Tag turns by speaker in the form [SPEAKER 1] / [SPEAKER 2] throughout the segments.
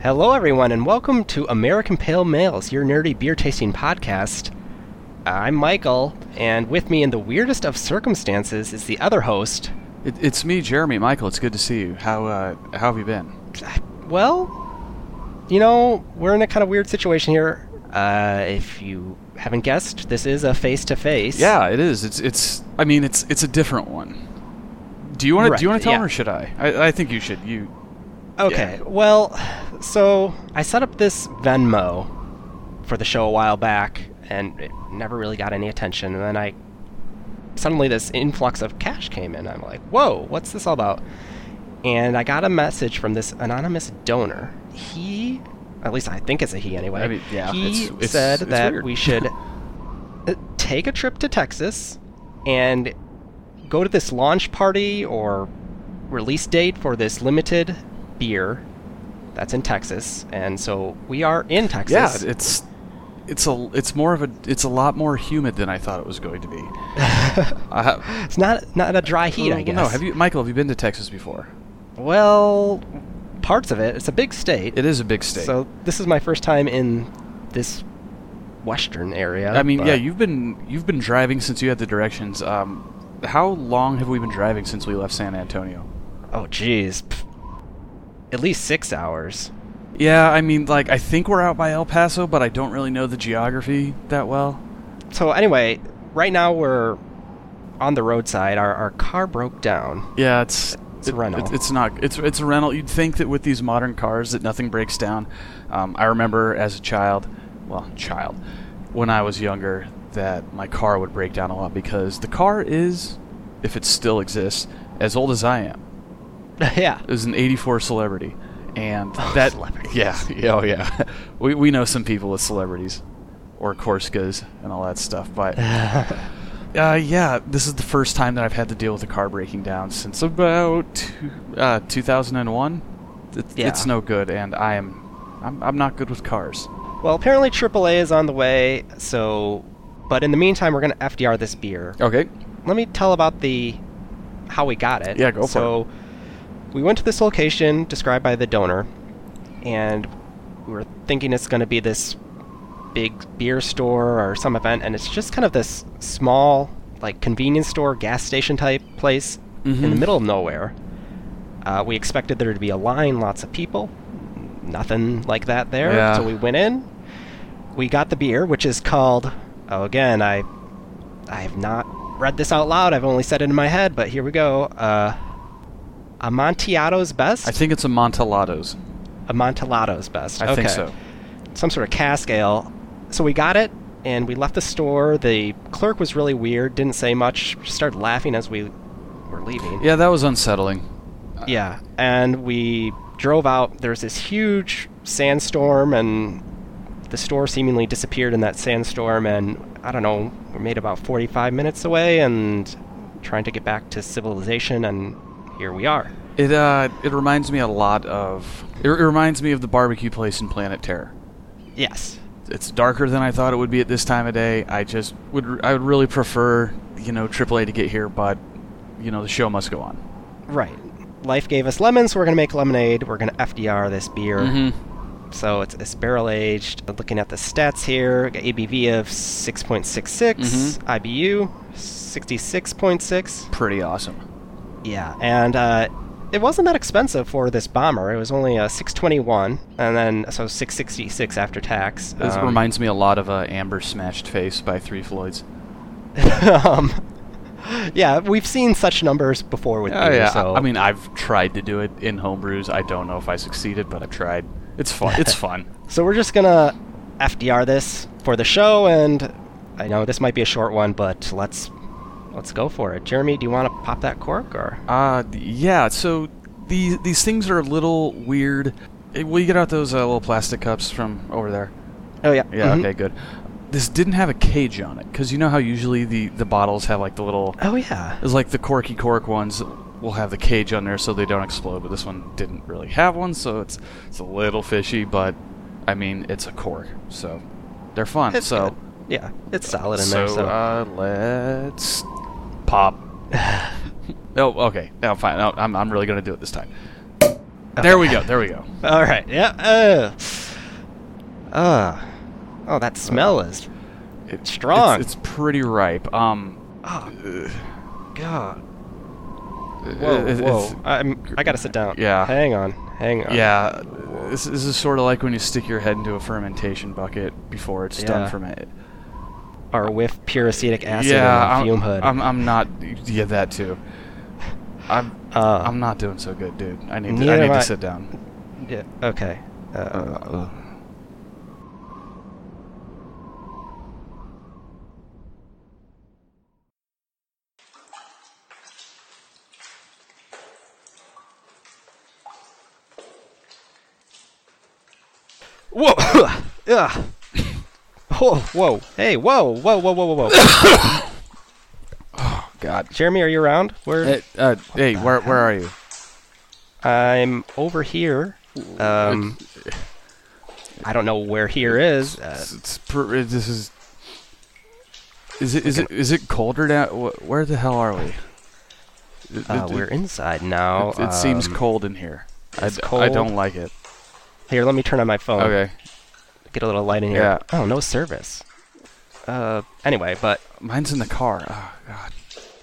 [SPEAKER 1] Hello, everyone, and welcome to American Pale Males, your nerdy beer tasting podcast. I'm Michael, and with me in the weirdest of circumstances is the other host.
[SPEAKER 2] It, it's me, Jeremy. Michael, it's good to see you. How uh, how have you been?
[SPEAKER 1] Well, you know, we're in a kind of weird situation here. Uh, if you haven't guessed, this is a face to face.
[SPEAKER 2] Yeah, it is. It's it's. I mean, it's it's a different one. Do you want to do you
[SPEAKER 1] Right,
[SPEAKER 2] want to tell
[SPEAKER 1] yeah.
[SPEAKER 2] him or should I? I? I think you should. You.
[SPEAKER 1] Okay,
[SPEAKER 2] Yeah.
[SPEAKER 1] well, so I set up this Venmo for the show a while back, and it never really got any attention. And then I suddenly this influx of cash came in. I'm like, whoa, what's this all about? And I got a message from this anonymous donor. He, at least I think it's a he anyway.
[SPEAKER 2] I mean, yeah,
[SPEAKER 1] he
[SPEAKER 2] it's- it's-
[SPEAKER 1] said
[SPEAKER 2] it's
[SPEAKER 1] that
[SPEAKER 2] weird.
[SPEAKER 1] we should uh, take a trip to Texas and go to this launch party or release date for this limited beer that's in Texas. And so we are in
[SPEAKER 2] Yeah,
[SPEAKER 1] Texas.
[SPEAKER 2] it's it's a it's more of a it's a lot more humid than I thought it was going to be. Uh,
[SPEAKER 1] it's not not a dry heat, I
[SPEAKER 2] well,
[SPEAKER 1] guess.
[SPEAKER 2] Oh, No, have you, Michael? Have you been to Texas before?
[SPEAKER 1] Well, parts of it. It's a big state.
[SPEAKER 2] It is a big state.
[SPEAKER 1] So this is my first time in this western area.
[SPEAKER 2] I mean,
[SPEAKER 1] but
[SPEAKER 2] yeah, you've been you've been driving since you had the directions. Um, how long have we been driving since we left San Antonio?
[SPEAKER 1] Oh, jeez. Pff. At least six hours.
[SPEAKER 2] Yeah, I mean, like I think we're out by El Paso, but I don't really know the geography that well.
[SPEAKER 1] So anyway, right now we're on the roadside. Our our car broke down.
[SPEAKER 2] Yeah, it's
[SPEAKER 1] It's a rental.
[SPEAKER 2] it- it's not. It's it's a rental. You'd think that with these modern cars that nothing breaks down. Um, I remember as a child, well, child, when I was younger, that my car would break down a lot because the car is, if it still exists, as old as I am.
[SPEAKER 1] yeah.
[SPEAKER 2] It was an '84 celebrity, and
[SPEAKER 1] Oh,
[SPEAKER 2] that
[SPEAKER 1] celebrities.
[SPEAKER 2] yeah, yeah, oh yeah, we we know some people with celebrities, or Corscas and all that stuff, but. Uh, yeah, this is the first time that I've had to deal with a car breaking down since about two, uh, 2001. It,
[SPEAKER 1] Yeah.
[SPEAKER 2] It's no good, and I am, I'm, I'm not good with cars.
[SPEAKER 1] well, apparently AAA is on the way. So, but in the meantime, we're gonna FDR this beer.
[SPEAKER 2] Okay.
[SPEAKER 1] let me tell about the how we got it.
[SPEAKER 2] Yeah, go for
[SPEAKER 1] so,
[SPEAKER 2] it.
[SPEAKER 1] we went to this location described by the donor, and we were thinking it's going to be this big beer store or some event, and it's just kind of this small, like convenience store, gas station type place in the
[SPEAKER 2] Mhm.
[SPEAKER 1] middle of nowhere. Uh, we expected there to be a line, lots of people. Nothing like that there.
[SPEAKER 2] Yeah.
[SPEAKER 1] So we went in. We got the beer, which is called. Oh, again, I, I have not read this out loud. I've only said it in my head, but here we go. Uh, Amontillato's best.
[SPEAKER 2] I think it's a Montellados.
[SPEAKER 1] Amontillato's best.
[SPEAKER 2] I
[SPEAKER 1] okay.
[SPEAKER 2] think so.
[SPEAKER 1] Some sort of cask ale. So we got it, and we left the store. The clerk was really weird. Didn't say much. Just started laughing as we were leaving.
[SPEAKER 2] Yeah, that was unsettling.
[SPEAKER 1] Yeah, and we drove out. There's this huge sandstorm, and the store seemingly disappeared in that sandstorm. And I don't know, we're made about 45 minutes away, and trying to get back to civilization, and here we are.
[SPEAKER 2] It uh, it reminds me a lot of. It, it reminds me of the barbecue place in Planet Terror.
[SPEAKER 1] Yes.
[SPEAKER 2] It's darker than I thought it would be at this time of day. I just would. I would really prefer, you know, AAA to get here, but, you know, the show must go on.
[SPEAKER 1] Right. Life gave us lemons, so we're gonna make lemonade. We're gonna FDR this beer.
[SPEAKER 2] Mm-hmm.
[SPEAKER 1] So it's, it's barrel aged. Looking at the stats here, got ABV of 6.66,
[SPEAKER 2] Mhm.
[SPEAKER 1] IBU 66.6.
[SPEAKER 2] Pretty awesome.
[SPEAKER 1] Yeah, and uh, it wasn't that expensive for this bomber. It was only a 621, and then so 666 after tax.
[SPEAKER 2] This
[SPEAKER 1] Um,
[SPEAKER 2] reminds me a lot of uh, Amber Smashed Face by Three Floyds.
[SPEAKER 1] um, yeah, we've seen such numbers before with beer, so
[SPEAKER 2] Oh, I mean, I've tried to do it in homebrews. I don't know if I succeeded, but I've tried. It's fun. It's fun.
[SPEAKER 1] so we're just gonna FDR this for the show, and I know this might be a short one, but let's let's go for it. Jeremy, do you want to pop that cork or?
[SPEAKER 2] Uh, th- yeah. So these these things are a little weird. Eh, will you get out those uh, little plastic cups from over there?
[SPEAKER 1] Oh yeah,
[SPEAKER 2] Yeah.
[SPEAKER 1] mhm.
[SPEAKER 2] Okay. Good. This didn't have a cage on it because you know how usually the the bottles have like the little.
[SPEAKER 1] Oh yeah.
[SPEAKER 2] It's like the corky cork ones will have the cage on there so they don't explode, but this one didn't really have one, so it's it's a little fishy, but I mean it's a cork, so they're fun.
[SPEAKER 1] It's
[SPEAKER 2] so
[SPEAKER 1] good. yeah, it's solid in
[SPEAKER 2] so,
[SPEAKER 1] there. So
[SPEAKER 2] Uh, let's uh, pop. oh, okay. No, fine. No, I'm I'm really gonna do it this time. There we go. There we go.
[SPEAKER 1] All right. Yeah. Uh, uh, oh, that smell is.
[SPEAKER 2] It-
[SPEAKER 1] Strong.
[SPEAKER 2] It's, it's pretty ripe. Um,
[SPEAKER 1] Oh,
[SPEAKER 2] uh,
[SPEAKER 1] God.
[SPEAKER 2] it-
[SPEAKER 1] Whoa,
[SPEAKER 2] it's-
[SPEAKER 1] whoa. I'm, I gotta sit down.
[SPEAKER 2] Yeah.
[SPEAKER 1] Hang on. Hang on.
[SPEAKER 2] Yeah, this, this is sort of like when you stick your head into a fermentation bucket before it's
[SPEAKER 1] Yeah.
[SPEAKER 2] done fermented.
[SPEAKER 1] Or with pure acetic acid
[SPEAKER 2] yeah,
[SPEAKER 1] in the
[SPEAKER 2] I'm,
[SPEAKER 1] fume hood.
[SPEAKER 2] I'm, I'm not. Yeah, that too. I'm,
[SPEAKER 1] Uh,
[SPEAKER 2] I'm not doing so good, dude. I need, to,
[SPEAKER 1] neither
[SPEAKER 2] I need
[SPEAKER 1] am I.
[SPEAKER 2] to sit down.
[SPEAKER 1] yeah, okay. Uh, Whoa! Ugh. Whoa! Whoa! Hey! Whoa! Whoa! Whoa! Whoa! Whoa! Whoa!
[SPEAKER 2] God.
[SPEAKER 1] Jeremy, are you around? Where?
[SPEAKER 2] Hey, uh, hey where, where are you?
[SPEAKER 1] I'm over here. Um, I don't know where here is. Uh,
[SPEAKER 2] It's, it's pr- it- this is. Is it is it is it colder now? Wh- Where the hell are we? It,
[SPEAKER 1] uh,
[SPEAKER 2] it-
[SPEAKER 1] we're inside now.
[SPEAKER 2] it, it seems
[SPEAKER 1] Um,
[SPEAKER 2] cold in here. I,
[SPEAKER 1] it's
[SPEAKER 2] d- I
[SPEAKER 1] cold. Oh.
[SPEAKER 2] don't like it.
[SPEAKER 1] Here, let me turn on my phone.
[SPEAKER 2] Okay.
[SPEAKER 1] Get a little light in here.
[SPEAKER 2] Yeah.
[SPEAKER 1] Oh, no service. Uh, anyway, but
[SPEAKER 2] Mine's in the car. Oh, God.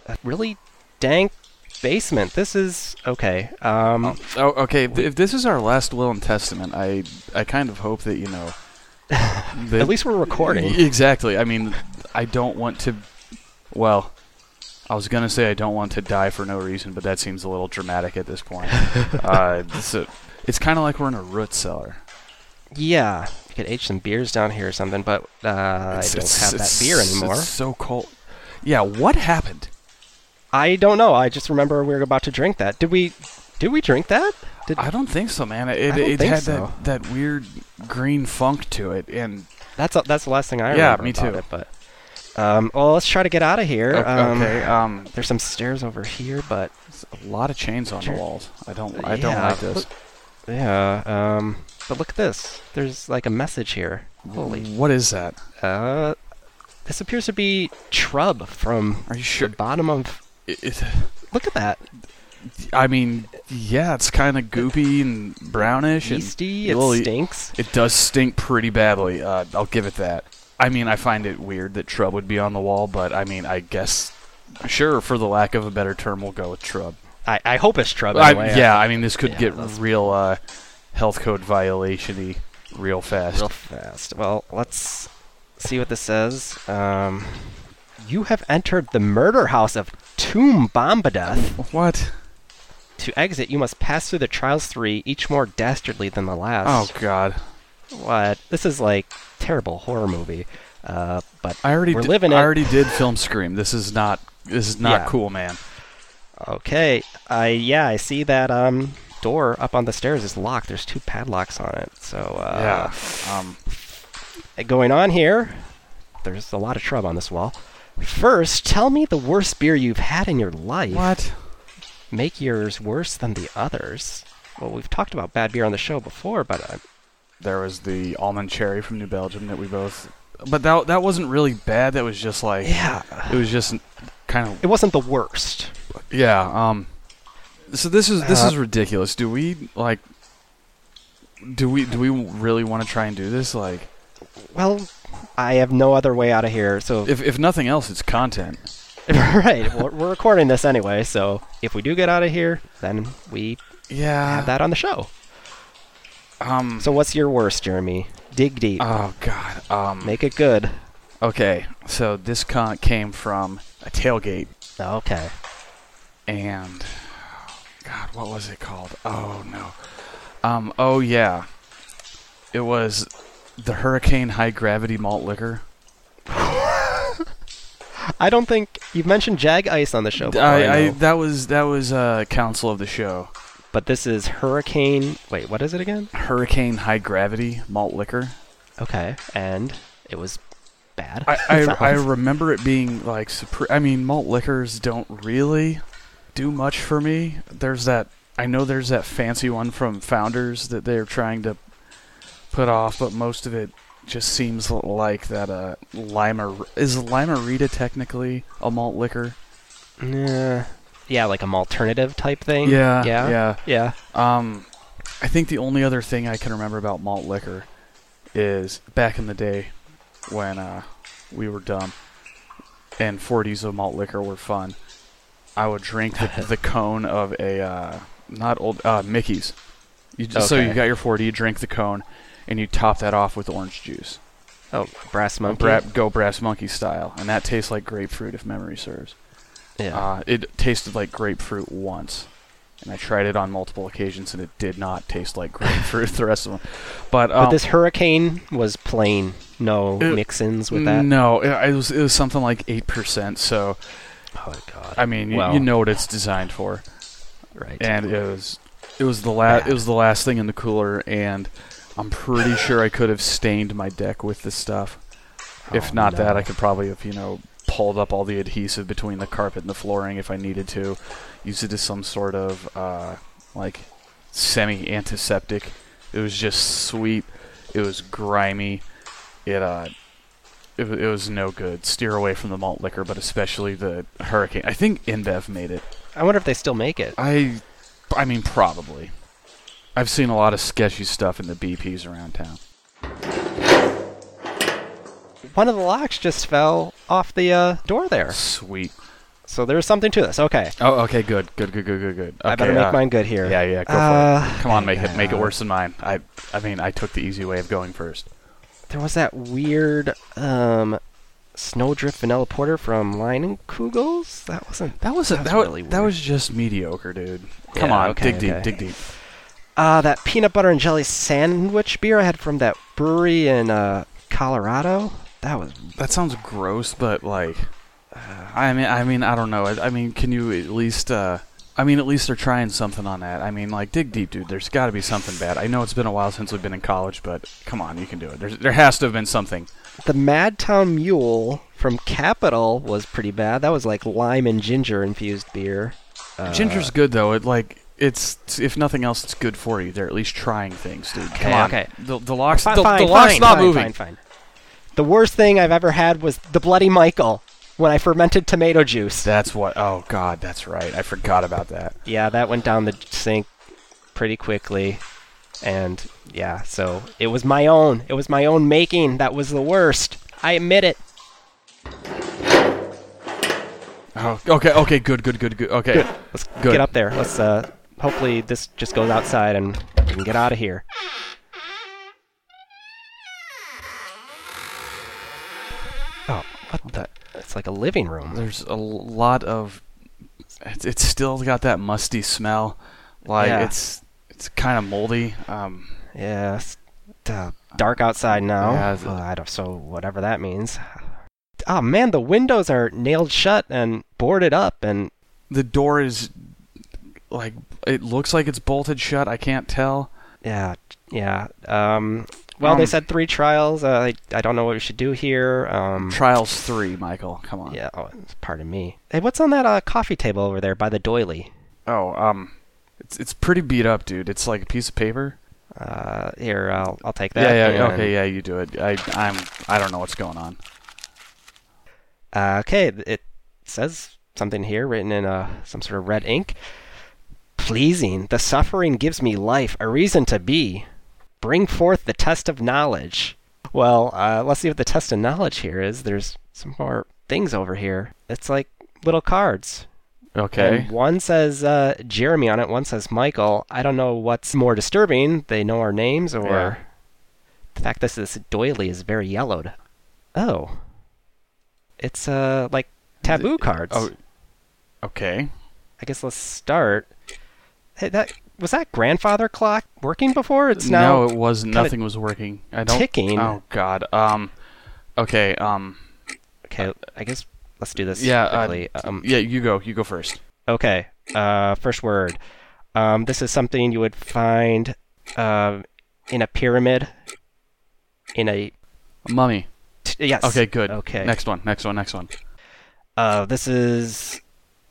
[SPEAKER 1] a really dank basement. This is okay. Um,
[SPEAKER 2] Oh, okay. If, if this is our last will and testament, I I kind of hope that you know. that-
[SPEAKER 1] at least we're recording.
[SPEAKER 2] Exactly. I mean, I don't want to. Well, I was gonna say I don't want to die for no reason, but that seems a little dramatic at this point. uh, so it's kind of like we're in a root cellar.
[SPEAKER 1] Yeah, you could age some beers down here or something, but uh, I
[SPEAKER 2] It's-
[SPEAKER 1] don't
[SPEAKER 2] it's-
[SPEAKER 1] have that
[SPEAKER 2] it's-
[SPEAKER 1] beer anymore.
[SPEAKER 2] It's so cold. Yeah. What happened?
[SPEAKER 1] I don't know. I just remember we were about to drink that. Did we? Did we drink that? Did,
[SPEAKER 2] I don't think so, man. It,
[SPEAKER 1] I don't
[SPEAKER 2] it
[SPEAKER 1] think
[SPEAKER 2] had
[SPEAKER 1] so.
[SPEAKER 2] that, that weird green funk to it, and
[SPEAKER 1] that's that's the last thing I
[SPEAKER 2] Yeah,
[SPEAKER 1] remember
[SPEAKER 2] me
[SPEAKER 1] about
[SPEAKER 2] too.
[SPEAKER 1] it. But um, well, let's try to get out of here.
[SPEAKER 2] o-
[SPEAKER 1] Um,
[SPEAKER 2] okay, um,
[SPEAKER 1] There's some stairs over here, but
[SPEAKER 2] It's a lot of chains on the
[SPEAKER 1] Sure.
[SPEAKER 2] walls. I don't. I don't
[SPEAKER 1] Yeah,
[SPEAKER 2] like this.
[SPEAKER 1] yeah. Um, but look at this. There's like a message here. Holy.
[SPEAKER 2] What is that?
[SPEAKER 1] Uh, this appears to be Trub from
[SPEAKER 2] Are you
[SPEAKER 1] the
[SPEAKER 2] sure?
[SPEAKER 1] bottom of.
[SPEAKER 2] It, it,
[SPEAKER 1] Look at that.
[SPEAKER 2] I mean, yeah, it's kind of goopy and brownish. and
[SPEAKER 1] Yeasty. It
[SPEAKER 2] really-
[SPEAKER 1] stinks.
[SPEAKER 2] It does stink pretty badly. Uh, I'll give it that. I mean, I find it weird that Trub would be on the wall, but I mean, I guess, sure, for the lack of a better term, we'll go with Trub.
[SPEAKER 1] I, I hope it's Trub.
[SPEAKER 2] I-
[SPEAKER 1] Anyway.
[SPEAKER 2] yeah, I mean, this could
[SPEAKER 1] yeah,
[SPEAKER 2] get
[SPEAKER 1] that's-
[SPEAKER 2] real uh, health code violation-y real fast.
[SPEAKER 1] real fast. Well, let's see what this says. Um, you have entered the murder house of Tomb Bombadeth.
[SPEAKER 2] What?
[SPEAKER 1] To exit, you must pass through the trials three, each more dastardly than the
[SPEAKER 2] Oh
[SPEAKER 1] last.
[SPEAKER 2] God! Oh.
[SPEAKER 1] What? This is like terrible horror movie. Uh, but
[SPEAKER 2] I already
[SPEAKER 1] we're
[SPEAKER 2] di-
[SPEAKER 1] living
[SPEAKER 2] I
[SPEAKER 1] it.
[SPEAKER 2] already did film Scream. This is not. This is not
[SPEAKER 1] Yeah.
[SPEAKER 2] cool, man.
[SPEAKER 1] Okay. I yeah, I see that um door up on the stairs is locked. There's two padlocks on it. So uh,
[SPEAKER 2] yeah. Um.
[SPEAKER 1] going on here, there's a lot of trouble on this wall. First, tell me the worst beer you've had in your life.
[SPEAKER 2] What?
[SPEAKER 1] Make yours worse than the others. Well, we've talked about bad beer on the show before, but uh,
[SPEAKER 2] There was the almond cherry from New Belgium that we both. But that that wasn't really bad. That was just like.
[SPEAKER 1] yeah,
[SPEAKER 2] It was just kind of.
[SPEAKER 1] it wasn't the worst.
[SPEAKER 2] Yeah. Um. So this is this
[SPEAKER 1] Uh,
[SPEAKER 2] is ridiculous. Do we like? Do we do we really want to try and do this? Like,
[SPEAKER 1] Well, I have no other way out of here. So
[SPEAKER 2] if if nothing else, it's content.
[SPEAKER 1] right, we're, we're recording this anyway. So if we do get out of here, then we have
[SPEAKER 2] Yeah.
[SPEAKER 1] that on the show.
[SPEAKER 2] Um.
[SPEAKER 1] So what's your worst, Jeremy? Dig deep.
[SPEAKER 2] Oh God. Um.
[SPEAKER 1] Make it good.
[SPEAKER 2] Okay. So this con came from a tailgate
[SPEAKER 1] Okay.
[SPEAKER 2] and God, what was it called? Oh no. Um. Oh yeah. It was the Hurricane High Gravity Malt Liquor.
[SPEAKER 1] I don't think you've mentioned Jag Ice on the show before, Oh, I
[SPEAKER 2] I, I
[SPEAKER 1] know,
[SPEAKER 2] that was that was uh council of the show.
[SPEAKER 1] but this is Hurricane. Wait, what is it again?
[SPEAKER 2] Hurricane High Gravity Malt Liquor.
[SPEAKER 1] Okay, and it was bad.
[SPEAKER 2] I I, I
[SPEAKER 1] Sounds-
[SPEAKER 2] remember it being like super. I mean, malt liquors don't really do much for me. There's that. I know there's that fancy one from Founders that they're trying to put off, but most of it just seems l- like that. Uh, lima is Limerita technically a malt liquor?
[SPEAKER 1] Nah. yeah, like an alternative type thing.
[SPEAKER 2] Yeah,
[SPEAKER 1] yeah,
[SPEAKER 2] yeah.
[SPEAKER 1] yeah.
[SPEAKER 2] Um, I think the only other thing I can remember about malt liquor is back in the day when uh, we were dumb and 40s of malt liquor were fun. I would drink the, the cone of a uh, not old uh, Mickey's. You just, So
[SPEAKER 1] Okay.
[SPEAKER 2] you got your 40, you drink the cone, and you top that off with orange juice.
[SPEAKER 1] Oh, brass monkey.
[SPEAKER 2] Bra- go brass monkey style, and that tastes like grapefruit if memory serves.
[SPEAKER 1] yeah.
[SPEAKER 2] Uh, it tasted like grapefruit once, and I tried it on multiple occasions, and it did not taste like grapefruit the rest of them. But, um,
[SPEAKER 1] but this hurricane was plain. No
[SPEAKER 2] Uh,
[SPEAKER 1] mix-ins with that.
[SPEAKER 2] no, it, it was it was something like eight percent. So
[SPEAKER 1] Oh god.
[SPEAKER 2] I mean, you,
[SPEAKER 1] Well,
[SPEAKER 2] you know what it's designed for,
[SPEAKER 1] right.
[SPEAKER 2] and it was it was the last it was the last thing in the cooler, and I'm pretty sure I could have stained my deck with this stuff. If
[SPEAKER 1] Oh,
[SPEAKER 2] not that,
[SPEAKER 1] no.
[SPEAKER 2] I could probably have you know pulled up all the adhesive between the carpet and the flooring if I needed to, use it as some sort of uh, like semi antiseptic. It was just sweet. It was grimy. It uh, it, wa- it was no good. Steer away from the malt liquor, but especially the hurricane. I think InBev made it.
[SPEAKER 1] I wonder if they still make it.
[SPEAKER 2] I, I mean, probably. I've seen a lot of sketchy stuff in the BPs around town.
[SPEAKER 1] One of the locks just fell off the uh, door there.
[SPEAKER 2] Sweet.
[SPEAKER 1] So there's something to this. Okay.
[SPEAKER 2] Oh, okay, good, good, good, good, good, good. Okay,
[SPEAKER 1] I better make
[SPEAKER 2] uh,
[SPEAKER 1] mine good here.
[SPEAKER 2] Yeah, yeah, go for
[SPEAKER 1] Uh,
[SPEAKER 2] it. Come on, make it, make it worse than mine. I, I mean, I took the easy way of going first.
[SPEAKER 1] There was that weird um, Snowdrift Vanilla Porter from Lion and Kugels. That wasn't.
[SPEAKER 2] That was a, that,
[SPEAKER 1] wa-
[SPEAKER 2] was,
[SPEAKER 1] really
[SPEAKER 2] that
[SPEAKER 1] weird.
[SPEAKER 2] was just mediocre, dude. Come
[SPEAKER 1] Yeah,
[SPEAKER 2] on,
[SPEAKER 1] okay,
[SPEAKER 2] dig
[SPEAKER 1] okay.
[SPEAKER 2] deep, dig deep.
[SPEAKER 1] Uh, that peanut butter and jelly sandwich beer I had from that brewery in uh, Colorado. That was.
[SPEAKER 2] That sounds gross, but like, uh, I mean, I mean, I don't know. I, I mean, can you at least? Uh, I mean, at least they're trying something on that. I mean, like, dig deep, dude. There's got to be something bad. I know it's been a while since we've been in college, but come on, you can do it. There's, there has to have been something.
[SPEAKER 1] The Madtown Mule from Capital was pretty bad. That was like lime and ginger infused beer. Uh,
[SPEAKER 2] Ginger's good though. It like. It's if nothing else, it's good for you. They're at least trying things, dude. Come
[SPEAKER 1] Okay,
[SPEAKER 2] on.
[SPEAKER 1] okay.
[SPEAKER 2] The, the lock's
[SPEAKER 1] Fine,
[SPEAKER 2] the,
[SPEAKER 1] fine,
[SPEAKER 2] the lock's
[SPEAKER 1] fine,
[SPEAKER 2] not
[SPEAKER 1] fine,
[SPEAKER 2] moving.
[SPEAKER 1] Fine, fine. The worst thing I've ever had was the Bloody Michael when I fermented tomato juice.
[SPEAKER 2] That's what. Oh God, that's right. I forgot about that.
[SPEAKER 1] yeah, that went down the sink pretty quickly. And yeah, so it was my own. It was my own making. That was the worst. I admit it.
[SPEAKER 2] Oh, okay, okay, good, good, good, good. Okay,
[SPEAKER 1] Let's
[SPEAKER 2] Good.
[SPEAKER 1] get up there. Let's uh hopefully this just goes outside and we can get out of here. Oh, what the? It's like a living room.
[SPEAKER 2] there's a l- lot of it's, it's still got that musty smell like
[SPEAKER 1] Yeah.
[SPEAKER 2] it's it's kind of moldy um
[SPEAKER 1] Yeah, it's uh, dark outside now.
[SPEAKER 2] Yeah, it's-
[SPEAKER 1] Uh, I don't, so whatever that means. Oh man, the windows are nailed shut and boarded up, and
[SPEAKER 2] the door is like it looks like it's bolted shut i can't tell
[SPEAKER 1] yeah, yeah. Um, well, they
[SPEAKER 2] Um,
[SPEAKER 1] said three trials. Uh, I I don't know what we should do here. Um,
[SPEAKER 2] trials three michael come on
[SPEAKER 1] yeah. Oh, pardon me. Hey, what's on that uh, coffee table over there by the doily?
[SPEAKER 2] oh um it's it's pretty beat up dude it's like a piece of paper
[SPEAKER 1] Uh, here, I'll I'll take that.
[SPEAKER 2] yeah yeah
[SPEAKER 1] and-
[SPEAKER 2] okay yeah you do it i i'm i don't know what's going on
[SPEAKER 1] Uh, okay, th- it says something here written in uh, some sort of red ink. Pleasing, the suffering gives me life, a reason to be. Bring forth the test of knowledge. Well, uh, let's see what the test of knowledge here is. There's some more things over here. It's like little cards.
[SPEAKER 2] okay
[SPEAKER 1] And one says uh, Jeremy on it, one says Michael. I don't know what's more disturbing. They know our names or
[SPEAKER 2] Yeah.
[SPEAKER 1] the fact that this doily is very yellowed. Oh. It's uh like taboo cards.
[SPEAKER 2] oh okay
[SPEAKER 1] I guess let's start. Hey, that was that grandfather clock working before? It's now
[SPEAKER 2] no, it wasn't.
[SPEAKER 1] kinda
[SPEAKER 2] Nothing was working. I don't.
[SPEAKER 1] ticking.
[SPEAKER 2] Oh God. Um. Okay. Um.
[SPEAKER 1] Okay, I guess let's do this
[SPEAKER 2] Yeah. uh,
[SPEAKER 1] quickly. um
[SPEAKER 2] yeah. You go. You go first.
[SPEAKER 1] Okay. Uh, first word. Um, this is something you would find um in a pyramid. In a
[SPEAKER 2] Mummy.
[SPEAKER 1] t- yes.
[SPEAKER 2] Okay. Good.
[SPEAKER 1] Okay.
[SPEAKER 2] Next one. Next one. Next one.
[SPEAKER 1] Uh, this is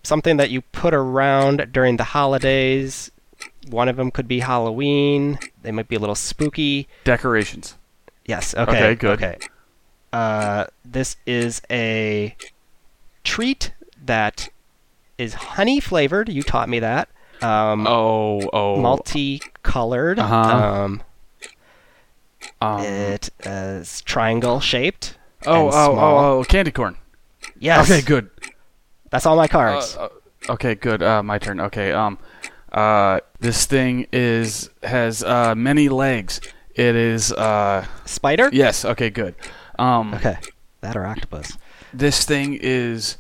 [SPEAKER 1] something that you put around during the holidays. One of them could be Halloween. They might be a little spooky.
[SPEAKER 2] Decorations.
[SPEAKER 1] Yes. Okay.
[SPEAKER 2] Okay, good.
[SPEAKER 1] Okay. Uh, this is a treat that is honey flavored. You taught me that. Um,
[SPEAKER 2] Oh, oh.
[SPEAKER 1] Multicolored.
[SPEAKER 2] Uh-huh.
[SPEAKER 1] Um,
[SPEAKER 2] um,
[SPEAKER 1] it is triangle shaped.
[SPEAKER 2] oh, oh,
[SPEAKER 1] and small.
[SPEAKER 2] oh, oh, candy corn.
[SPEAKER 1] Yes.
[SPEAKER 2] Okay, good.
[SPEAKER 1] That's all my cards.
[SPEAKER 2] Uh, uh, okay, good. Uh, my turn. Okay. Um, uh, this thing is has uh many legs. It is uh
[SPEAKER 1] Spider?
[SPEAKER 2] yes. Okay, good. Um,
[SPEAKER 1] Okay. That or octopus.
[SPEAKER 2] this thing is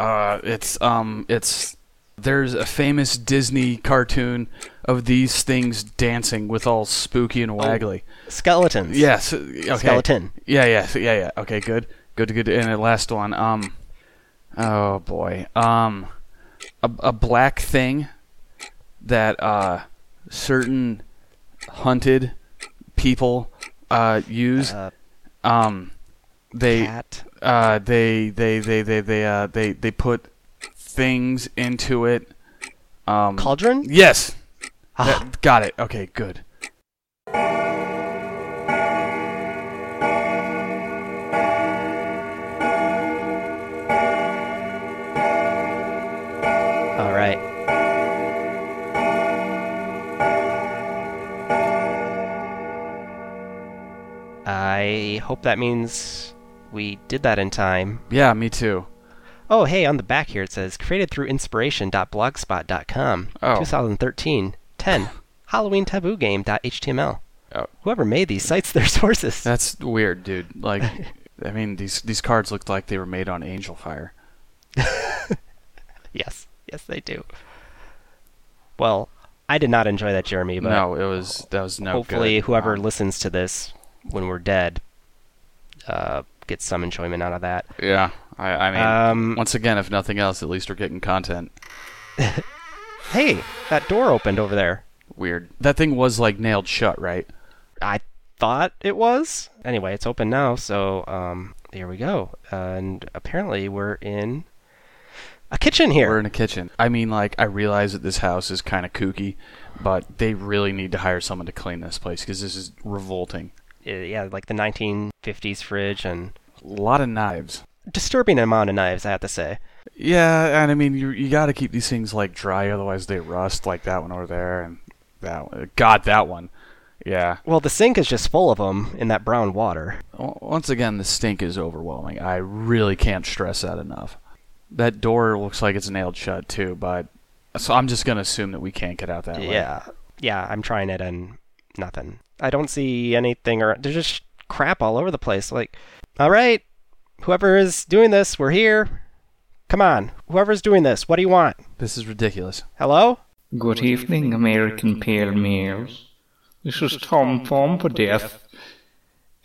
[SPEAKER 2] uh it's um it's there's a famous Disney cartoon of these things dancing with all spooky and waggly.
[SPEAKER 1] Skeletons.
[SPEAKER 2] Yes. Okay.
[SPEAKER 1] Oh. Skeleton.
[SPEAKER 2] Yeah, yeah, so- yeah, yeah. Okay, good, good, good. And the last one. Um, oh boy. Um, a, a black thing that uh certain hunted people uh use.
[SPEAKER 1] Uh,
[SPEAKER 2] um, they
[SPEAKER 1] cat.
[SPEAKER 2] uh they they they they they uh they they put things into it. Um.
[SPEAKER 1] Cauldron?
[SPEAKER 2] yes.
[SPEAKER 1] Ah,
[SPEAKER 2] That- got it. Okay. Good.
[SPEAKER 1] all right. I hope that means we did that in time.
[SPEAKER 2] Yeah. Me too.
[SPEAKER 1] Oh, hey, on the back here it says created through inspiration.blogspot.com.
[SPEAKER 2] Oh.
[SPEAKER 1] 2013 10 Halloween taboo game.html.
[SPEAKER 2] Oh.
[SPEAKER 1] Whoever made these cites their sources.
[SPEAKER 2] That's weird, dude. Like, I mean, these these cards looked like they were made on angel fire.
[SPEAKER 1] yes. Yes, they do. Well, I did not enjoy that, Jeremy, but
[SPEAKER 2] no, it was that was no.
[SPEAKER 1] hopefully
[SPEAKER 2] good.
[SPEAKER 1] whoever
[SPEAKER 2] Um,
[SPEAKER 1] listens to this when we're dead uh, gets some enjoyment out of that.
[SPEAKER 2] yeah, I, I mean,
[SPEAKER 1] Um,
[SPEAKER 2] once again, if nothing else, at least we're getting content.
[SPEAKER 1] Hey, that door opened over there.
[SPEAKER 2] Weird. That thing was like nailed shut, right?
[SPEAKER 1] I thought it was. Anyway, it's open now, so um, here we go. and apparently, we're in a kitchen here.
[SPEAKER 2] We're in a kitchen. I mean, like, I realize that this house is kind of kooky, but they really need to hire someone to clean this place because this is revolting.
[SPEAKER 1] Uh, yeah, like the 1950s fridge and
[SPEAKER 2] A lot of knives.
[SPEAKER 1] disturbing amount of knives, I have to say.
[SPEAKER 2] Yeah, and I mean, you you got to keep these things like dry, otherwise they rust. Like that one over there, and that one. uh, God, that one. Yeah.
[SPEAKER 1] Well, the sink is just full of them in that brown water.
[SPEAKER 2] O- Once again, the stink is overwhelming. I really can't stress that enough. That door looks like it's nailed shut too, but so I'm just gonna assume that we can't get out that way.
[SPEAKER 1] Yeah, yeah, I'm trying it and nothing. I don't see anything or there's just crap all over the place. Like, all right, whoever is doing this, we're here. Come on, whoever's doing this, what do you want?
[SPEAKER 2] This is ridiculous.
[SPEAKER 1] Hello?
[SPEAKER 3] Good evening, American Pale Males. This is Tom Pompadeath.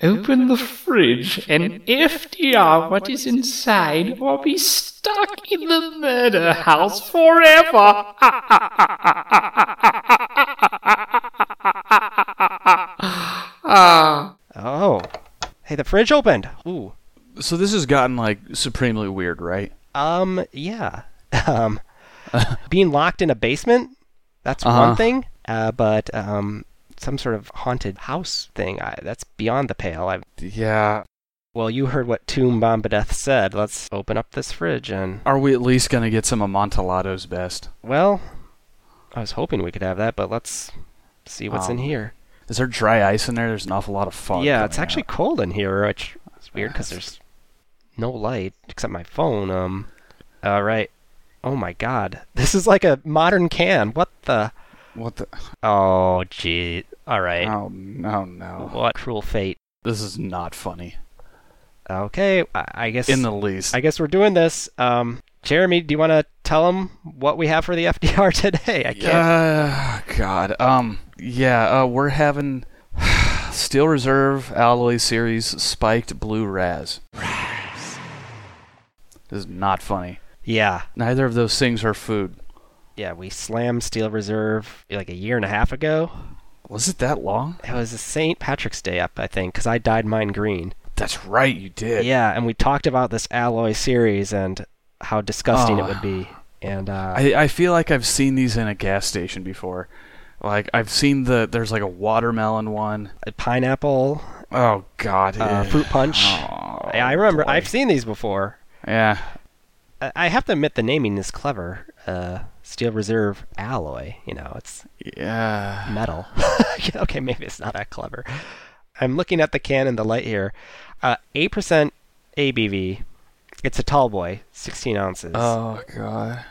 [SPEAKER 3] Open the fridge and FDR what is inside or be stuck in the murder house forever. Ah.
[SPEAKER 1] Oh, hey, the fridge opened. Ooh.
[SPEAKER 2] So this has gotten like supremely weird, right?
[SPEAKER 1] Um, yeah. Um, being locked in a basement, that's
[SPEAKER 2] Uh-huh.
[SPEAKER 1] one thing. Uh, but um, some sort of haunted house thing, I, that's beyond the pale. I,
[SPEAKER 2] Yeah.
[SPEAKER 1] well, you heard what Tomb Bombadeth said. Let's open up this fridge and,
[SPEAKER 2] Are we at least gonna get some Amontalado's best?
[SPEAKER 1] well, I was hoping we could have that, but let's see what's in
[SPEAKER 2] Um,
[SPEAKER 1] here.
[SPEAKER 2] Is there dry ice in there? There's an awful lot of fog.
[SPEAKER 1] Yeah,
[SPEAKER 2] coming
[SPEAKER 1] it's actually
[SPEAKER 2] out.
[SPEAKER 1] cold in here, which is weird because there's no light except my phone. Um, all right. Oh my God, this is like a modern can. What the?
[SPEAKER 2] What the?
[SPEAKER 1] Oh, gee. All right.
[SPEAKER 2] Oh no, no.
[SPEAKER 1] What cruel fate.
[SPEAKER 2] This is not funny
[SPEAKER 1] Okay, I, I guess.
[SPEAKER 2] in the least.
[SPEAKER 1] I guess we're doing this. Um, Jeremy, do you want to tell them what we have for the FDR today? I can't.
[SPEAKER 2] Yeah, Ah, God. Um. Yeah. Uh. We're having Steel Reserve Alloy Series Spiked Blue Raz. This is not funny.
[SPEAKER 1] Yeah,
[SPEAKER 2] Neither of those things are food.
[SPEAKER 1] yeah. We slammed Steel Reserve like a year and a half ago.
[SPEAKER 2] Was it that long?
[SPEAKER 1] It was a St. Patrick's Day up, I think, because I dyed mine green.
[SPEAKER 2] That's right. You did.
[SPEAKER 1] Yeah, and we talked about this alloy series and how disgusting
[SPEAKER 2] Oh.
[SPEAKER 1] it would be. And uh,
[SPEAKER 2] I, I feel like I've seen these in a gas station before. Like I've seen the there's like a watermelon one.
[SPEAKER 1] pineapple,
[SPEAKER 2] Oh God.
[SPEAKER 1] uh, fruit punch.
[SPEAKER 2] Oh,
[SPEAKER 1] yeah, I remember.
[SPEAKER 2] boy.
[SPEAKER 1] I've seen these before.
[SPEAKER 2] Yeah.
[SPEAKER 1] I I have to admit the naming is clever. Uh, Steel Reserve alloy. You know, it's
[SPEAKER 2] Yeah.
[SPEAKER 1] metal. Yeah, okay, maybe it's not that clever. I'm looking at the can and the light here. Uh, 8% ABV. It's a tall boy, 16 ounces.
[SPEAKER 2] Oh god.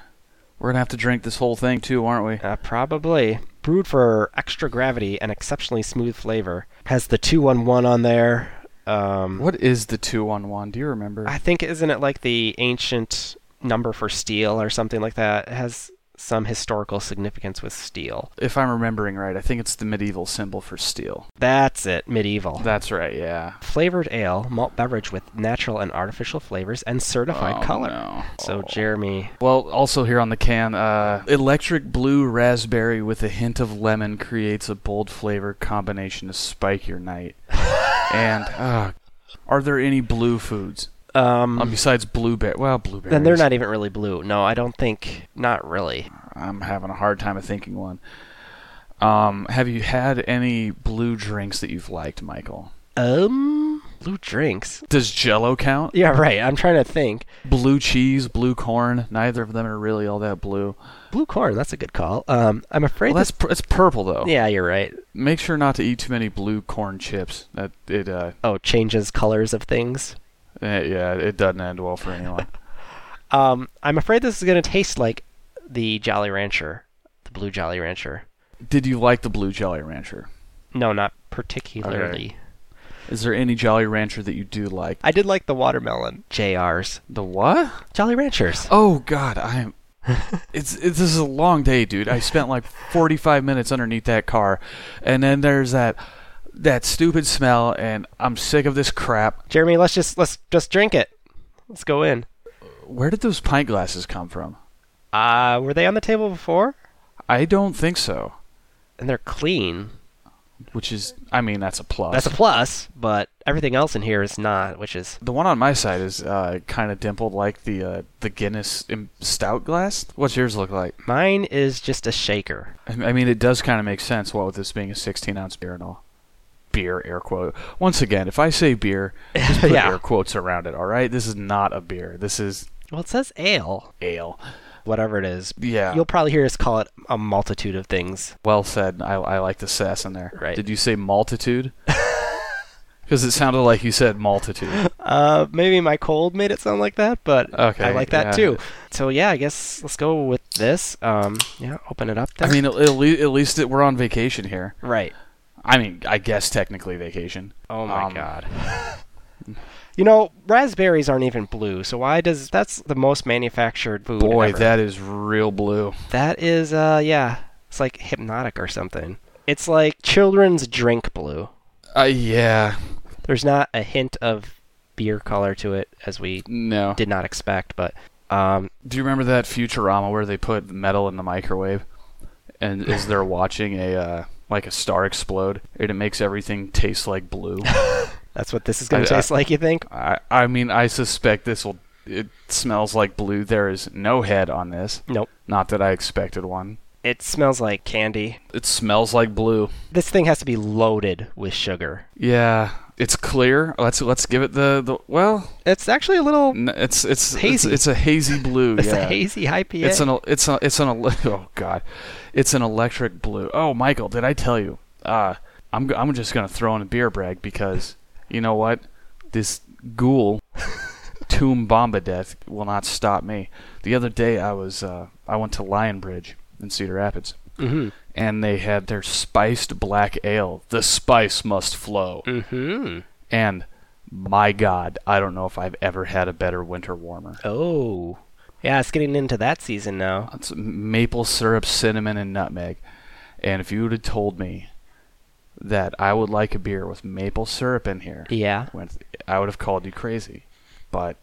[SPEAKER 2] We're gonna have to drink this whole thing too, aren't we?
[SPEAKER 1] Uh, probably. Brewed for extra gravity and exceptionally smooth flavor. Has the 211 on there. Um,
[SPEAKER 2] What is the two on one? Do you remember?
[SPEAKER 1] I think, isn't it like the ancient number for steel or something like that? It has some historical significance with steel.
[SPEAKER 2] if I'm remembering right, I think it's the medieval symbol for steel.
[SPEAKER 1] That's it, medieval.
[SPEAKER 2] That's right. Yeah.
[SPEAKER 1] Flavored ale, malt beverage with natural and artificial flavors, and certified
[SPEAKER 2] Oh,
[SPEAKER 1] color.
[SPEAKER 2] no.
[SPEAKER 1] So,
[SPEAKER 2] Oh.
[SPEAKER 1] Jeremy,
[SPEAKER 2] Well, also here on the can, uh, electric blue raspberry with a hint of lemon creates a bold flavor combination to spike your night. and uh, are there any blue foods
[SPEAKER 1] um,
[SPEAKER 2] um, besides blueberry? Well, blueberries.
[SPEAKER 1] then they're not even really blue. No, I don't think. Not really.
[SPEAKER 2] I'm having a hard time of thinking one. Um, have you had any blue drinks that you've liked, Michael?
[SPEAKER 1] Um, blue drinks.
[SPEAKER 2] Does Jello count?
[SPEAKER 1] Yeah, right. I'm trying to think.
[SPEAKER 2] Blue cheese, blue corn. Neither of them are really all that blue.
[SPEAKER 1] Blue corn. That's a good call. Um, I'm afraid
[SPEAKER 2] Well, that's oh. pur- it's purple though.
[SPEAKER 1] this. Yeah, you're right.
[SPEAKER 2] Make sure not to eat too many blue corn chips. That it uh,
[SPEAKER 1] Oh, changes colors of things.
[SPEAKER 2] Eh, yeah, it doesn't end well for anyone.
[SPEAKER 1] Um, I'm afraid this is gonna taste like the Jolly Rancher, the Blue Jolly Rancher.
[SPEAKER 2] Did you like the blue Jolly Rancher?
[SPEAKER 1] No, not particularly.
[SPEAKER 2] Is there any Jolly Rancher that you do like?
[SPEAKER 1] I did like the watermelon. JRs.
[SPEAKER 2] The what?
[SPEAKER 1] Jolly Ranchers.
[SPEAKER 2] Oh God, I'm. It's, it's this is a long day, dude. I spent like 45 minutes underneath that car, and then there's that that stupid smell, and I'm sick of this crap.
[SPEAKER 1] Jeremy, let's just let's just drink it. Let's go in.
[SPEAKER 2] Where did those pint glasses come from?
[SPEAKER 1] Uh, were they on the table before?
[SPEAKER 2] I don't think so.
[SPEAKER 1] And they're clean.
[SPEAKER 2] Which is, I mean, that's a plus.
[SPEAKER 1] That's a plus, but everything else in here is not, which is
[SPEAKER 2] The one on my side is uh, kind of dimpled, like the uh, the Guinness im- stout glass. What's yours look like?
[SPEAKER 1] mine is just a shaker.
[SPEAKER 2] I I mean, it does kind of make sense. What with this being a 16 ounce beer and all, beer air quote. Once again, if I say beer, just put
[SPEAKER 1] Yeah.
[SPEAKER 2] air quotes around it. All right, this is not a beer. This is
[SPEAKER 1] Well, it says ale,
[SPEAKER 2] ale.
[SPEAKER 1] whatever it is.
[SPEAKER 2] Yeah,
[SPEAKER 1] You'll probably hear us call it a multitude of things.
[SPEAKER 2] well said. I, I like the sass in there.
[SPEAKER 1] Right.
[SPEAKER 2] Did you say multitude? Because it sounded like you said multitude.
[SPEAKER 1] Uh, maybe my cold made it sound like that, but
[SPEAKER 2] Okay,
[SPEAKER 1] I like that
[SPEAKER 2] yeah.
[SPEAKER 1] too. So yeah, I guess let's go with this. Um, yeah, open it up. There.
[SPEAKER 2] I mean, at, at le- at least it, we're on vacation here.
[SPEAKER 1] right?
[SPEAKER 2] I mean, I guess technically vacation.
[SPEAKER 1] Oh my
[SPEAKER 2] Um,
[SPEAKER 1] god. you know, raspberries aren't even blue, so why does that's the most manufactured food?
[SPEAKER 2] Boy,
[SPEAKER 1] ever.
[SPEAKER 2] that is real blue.
[SPEAKER 1] that is uh yeah, it's like hypnotic or something. It's like children's drink blue.
[SPEAKER 2] Uh, yeah,
[SPEAKER 1] There's not a hint of beer color to it as we
[SPEAKER 2] no.
[SPEAKER 1] did not expect, but um
[SPEAKER 2] Do you remember that Futurama where they put metal in the microwave, and as they're watching a uh, like a star explode, and it makes everything taste like blue?
[SPEAKER 1] that's what this is going
[SPEAKER 2] I-
[SPEAKER 1] to taste like, you think?
[SPEAKER 2] I I mean, I suspect this will. It smells like blue. There is no head on this.
[SPEAKER 1] Nope.
[SPEAKER 2] Not that I expected one.
[SPEAKER 1] It smells like candy.
[SPEAKER 2] It smells like blue.
[SPEAKER 1] This thing has to be loaded with sugar.
[SPEAKER 2] Yeah, it's clear. Let's let's give it the, the well.
[SPEAKER 1] It's actually a little
[SPEAKER 2] n- It's it's
[SPEAKER 1] Hazy.
[SPEAKER 2] It's, it's a hazy blue.
[SPEAKER 1] it's
[SPEAKER 2] yeah.
[SPEAKER 1] a hazy IPA.
[SPEAKER 2] It's an it's a, it's an ele- oh god, it's an electric blue. Oh Michael, did I tell you? Uh, I'm go- I'm just gonna throw in a beer brag because you know what, this ghoul, Tomb Bomba Death will not stop me. The other day I was uh, I went to Lionbridge in Cedar Rapids
[SPEAKER 1] Mhm.
[SPEAKER 2] and they had their spiced black ale. The spice must flow.
[SPEAKER 1] Mhm.
[SPEAKER 2] And my god, I don't know if I've ever had a better winter warmer.
[SPEAKER 1] Oh. Yeah, it's getting into that season now.
[SPEAKER 2] It's maple syrup, cinnamon, and nutmeg. And if you would have told me that I would like a beer with maple syrup in here,
[SPEAKER 1] Yeah.
[SPEAKER 2] with- I would have called you crazy. But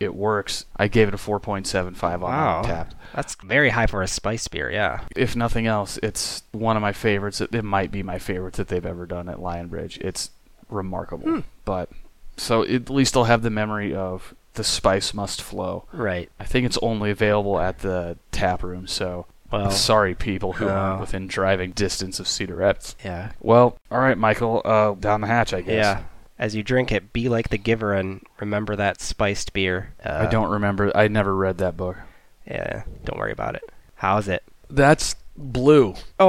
[SPEAKER 2] it works. I gave it a 4.75
[SPEAKER 1] Wow.
[SPEAKER 2] on Untapped.
[SPEAKER 1] That's very high for a spice beer, yeah.
[SPEAKER 2] If nothing else, it's one of my favorites. It, it might be my favorite that they've ever done at Lionbridge. It's remarkable. But so at least I'll have the memory of the spice must flow.
[SPEAKER 1] Right.
[SPEAKER 2] I think it's only available at the tap room, so
[SPEAKER 1] Well,
[SPEAKER 2] sorry people who
[SPEAKER 1] Oh.
[SPEAKER 2] aren't within driving distance of Cedar Rapids.
[SPEAKER 1] yeah.
[SPEAKER 2] Well, all right, Michael, uh, down the hatch, I guess.
[SPEAKER 1] Yeah. As you drink it, be like the giver and remember that spiced beer. Uh,
[SPEAKER 2] I don't remember. I never read that book.
[SPEAKER 1] Yeah, don't worry about it. How's it?
[SPEAKER 2] That's blue.
[SPEAKER 1] Oh,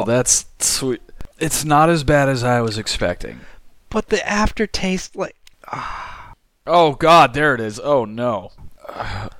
[SPEAKER 2] Oh, that's sweet. It's not as bad as I was expecting.
[SPEAKER 1] but the aftertaste, like,
[SPEAKER 2] Oh God, there it is. Oh no.
[SPEAKER 1] well,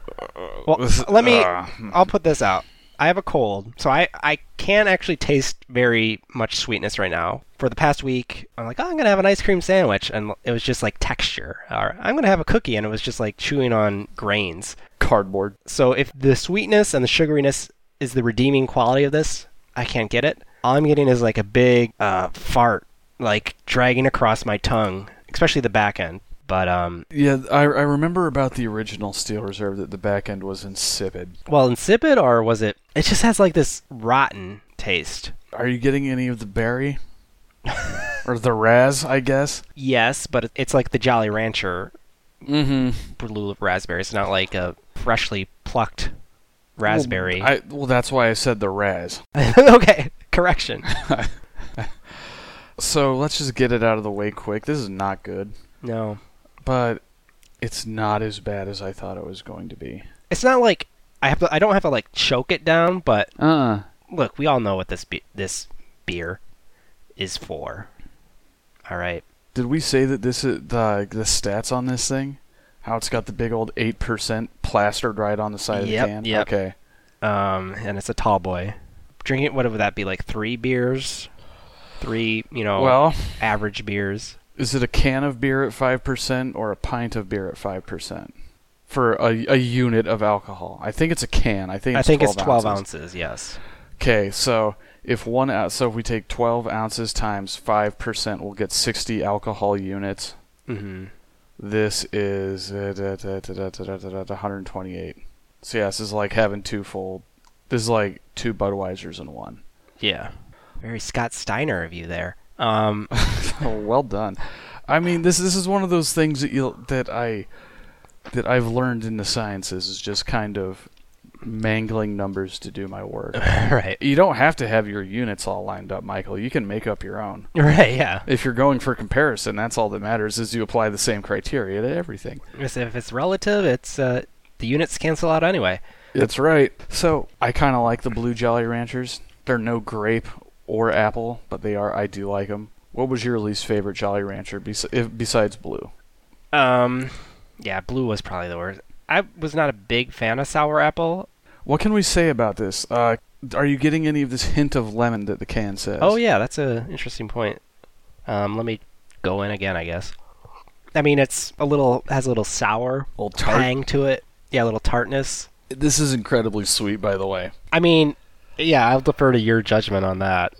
[SPEAKER 2] Oh, This-
[SPEAKER 1] let me.
[SPEAKER 2] ah.
[SPEAKER 1] I'll put this out. I have a cold, so I I can't actually taste very much sweetness right now. For the past week, I'm like, oh, I'm gonna have an ice cream sandwich, and it was just like texture. Or I'm gonna have a cookie, and it was just like chewing on grains.
[SPEAKER 2] Cardboard.
[SPEAKER 1] So if the sweetness and the sugariness is the redeeming quality of this, I can't get it. All I'm getting is like a big uh, fart, like dragging across my tongue, especially the back end. But um,
[SPEAKER 2] Yeah, I, I remember about the original Steel Reserve that the back end was insipid.
[SPEAKER 1] well, insipid or was it? It just has like this rotten taste.
[SPEAKER 2] Are you getting any of the berry? or the raz, I guess?
[SPEAKER 1] Yes, but it- it's like the Jolly Rancher
[SPEAKER 2] Mm-hmm.
[SPEAKER 1] blue raspberry. It's not like a freshly plucked raspberry.
[SPEAKER 2] Well, I, well, that's why I said the raz.
[SPEAKER 1] okay, correction.
[SPEAKER 2] So let's just get it out of the way quick. This is not good,
[SPEAKER 1] No,
[SPEAKER 2] but it's not as bad as I thought it was going to be.
[SPEAKER 1] it's not like I have to. I don't have to like choke it down, but
[SPEAKER 2] Uh-uh.
[SPEAKER 1] look, we all know what this be- this beer is for. All right.
[SPEAKER 2] Did we say that this is the the stats on this thing? How it's got the big old eight percent plastered right on the side
[SPEAKER 1] Yep,
[SPEAKER 2] of the can.
[SPEAKER 1] yep.
[SPEAKER 2] Okay.
[SPEAKER 1] Um, and it's a tall boy. Drinking what would that be like three beers? Three, you know,
[SPEAKER 2] Well,
[SPEAKER 1] average beers.
[SPEAKER 2] is it a can of beer at five percent or a pint of beer at five percent for a, a unit of alcohol? I think it's a can. I think
[SPEAKER 1] I
[SPEAKER 2] it's
[SPEAKER 1] think
[SPEAKER 2] 12
[SPEAKER 1] it's 12
[SPEAKER 2] ounces.
[SPEAKER 1] ounces. yes.
[SPEAKER 2] Okay, so if one ou- so if we take twelve ounces times five percent, we'll get sixty alcohol units.
[SPEAKER 1] Mhm.
[SPEAKER 2] This is uh, da- da- da- da- da- da- da- da- da- 128. So yeah, this is like having twofold. This is like two Budweisers in one.
[SPEAKER 1] Yeah. Very Scott Steiner of you there. Um,
[SPEAKER 2] oh, well done. I mean, this this is one of those things that you that I that I've learned in the sciences is just kind of mangling numbers to do my work.
[SPEAKER 1] right.
[SPEAKER 2] You don't have to have your units all lined up, Michael. You can make up your own.
[SPEAKER 1] Right, yeah.
[SPEAKER 2] if you're going for comparison, that's all that matters is you apply the same criteria to everything.
[SPEAKER 1] Because If it's relative, it's uh, the units cancel out anyway.
[SPEAKER 2] That's right. So I kind of like the Blue Jolly Ranchers. They're no grape or apple, but they are. I do like them. What was your least favorite Jolly Rancher bes- if, besides Blue?
[SPEAKER 1] Um, yeah, blue was probably the worst. I was not a big fan of sour apple.
[SPEAKER 2] What can we say about this? Uh, are you getting any of this hint of lemon that the can says?
[SPEAKER 1] Oh yeah, that's an interesting point. Um, let me go in again, I guess. I mean, it's a little has a little sour
[SPEAKER 2] Old tart.
[SPEAKER 1] tang to it. Yeah, a little tartness.
[SPEAKER 2] This is incredibly sweet, by the way.
[SPEAKER 1] I mean, yeah, I'll defer to your judgment on that.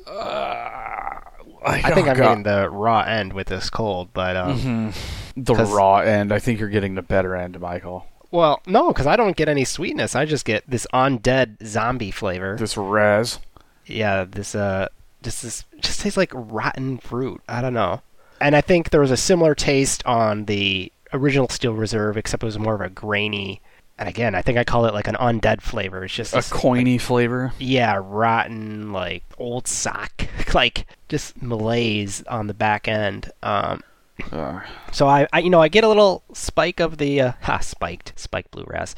[SPEAKER 1] I
[SPEAKER 2] Oh,
[SPEAKER 1] think I'm getting the raw end with this cold, but um,
[SPEAKER 2] Mm-hmm. the
[SPEAKER 1] 'cause-
[SPEAKER 2] raw end. I think you're getting the better end, Michael.
[SPEAKER 1] well, no, because I don't get any sweetness. I just get this undead zombie flavor.
[SPEAKER 2] This raz.
[SPEAKER 1] yeah, this uh, just this just tastes like rotten fruit. I don't know. And I think there was a similar taste on the original Steel Reserve, except it was more of a grainy. And again, I think I call it like an undead flavor. It's just
[SPEAKER 2] A
[SPEAKER 1] this,
[SPEAKER 2] coiny flavor.
[SPEAKER 1] yeah, rotten like old sock, like just malaise on the back end. Um,
[SPEAKER 2] Uh,
[SPEAKER 1] so I, I, you know, I get a little spike of the uh, ha spiked spike blue ras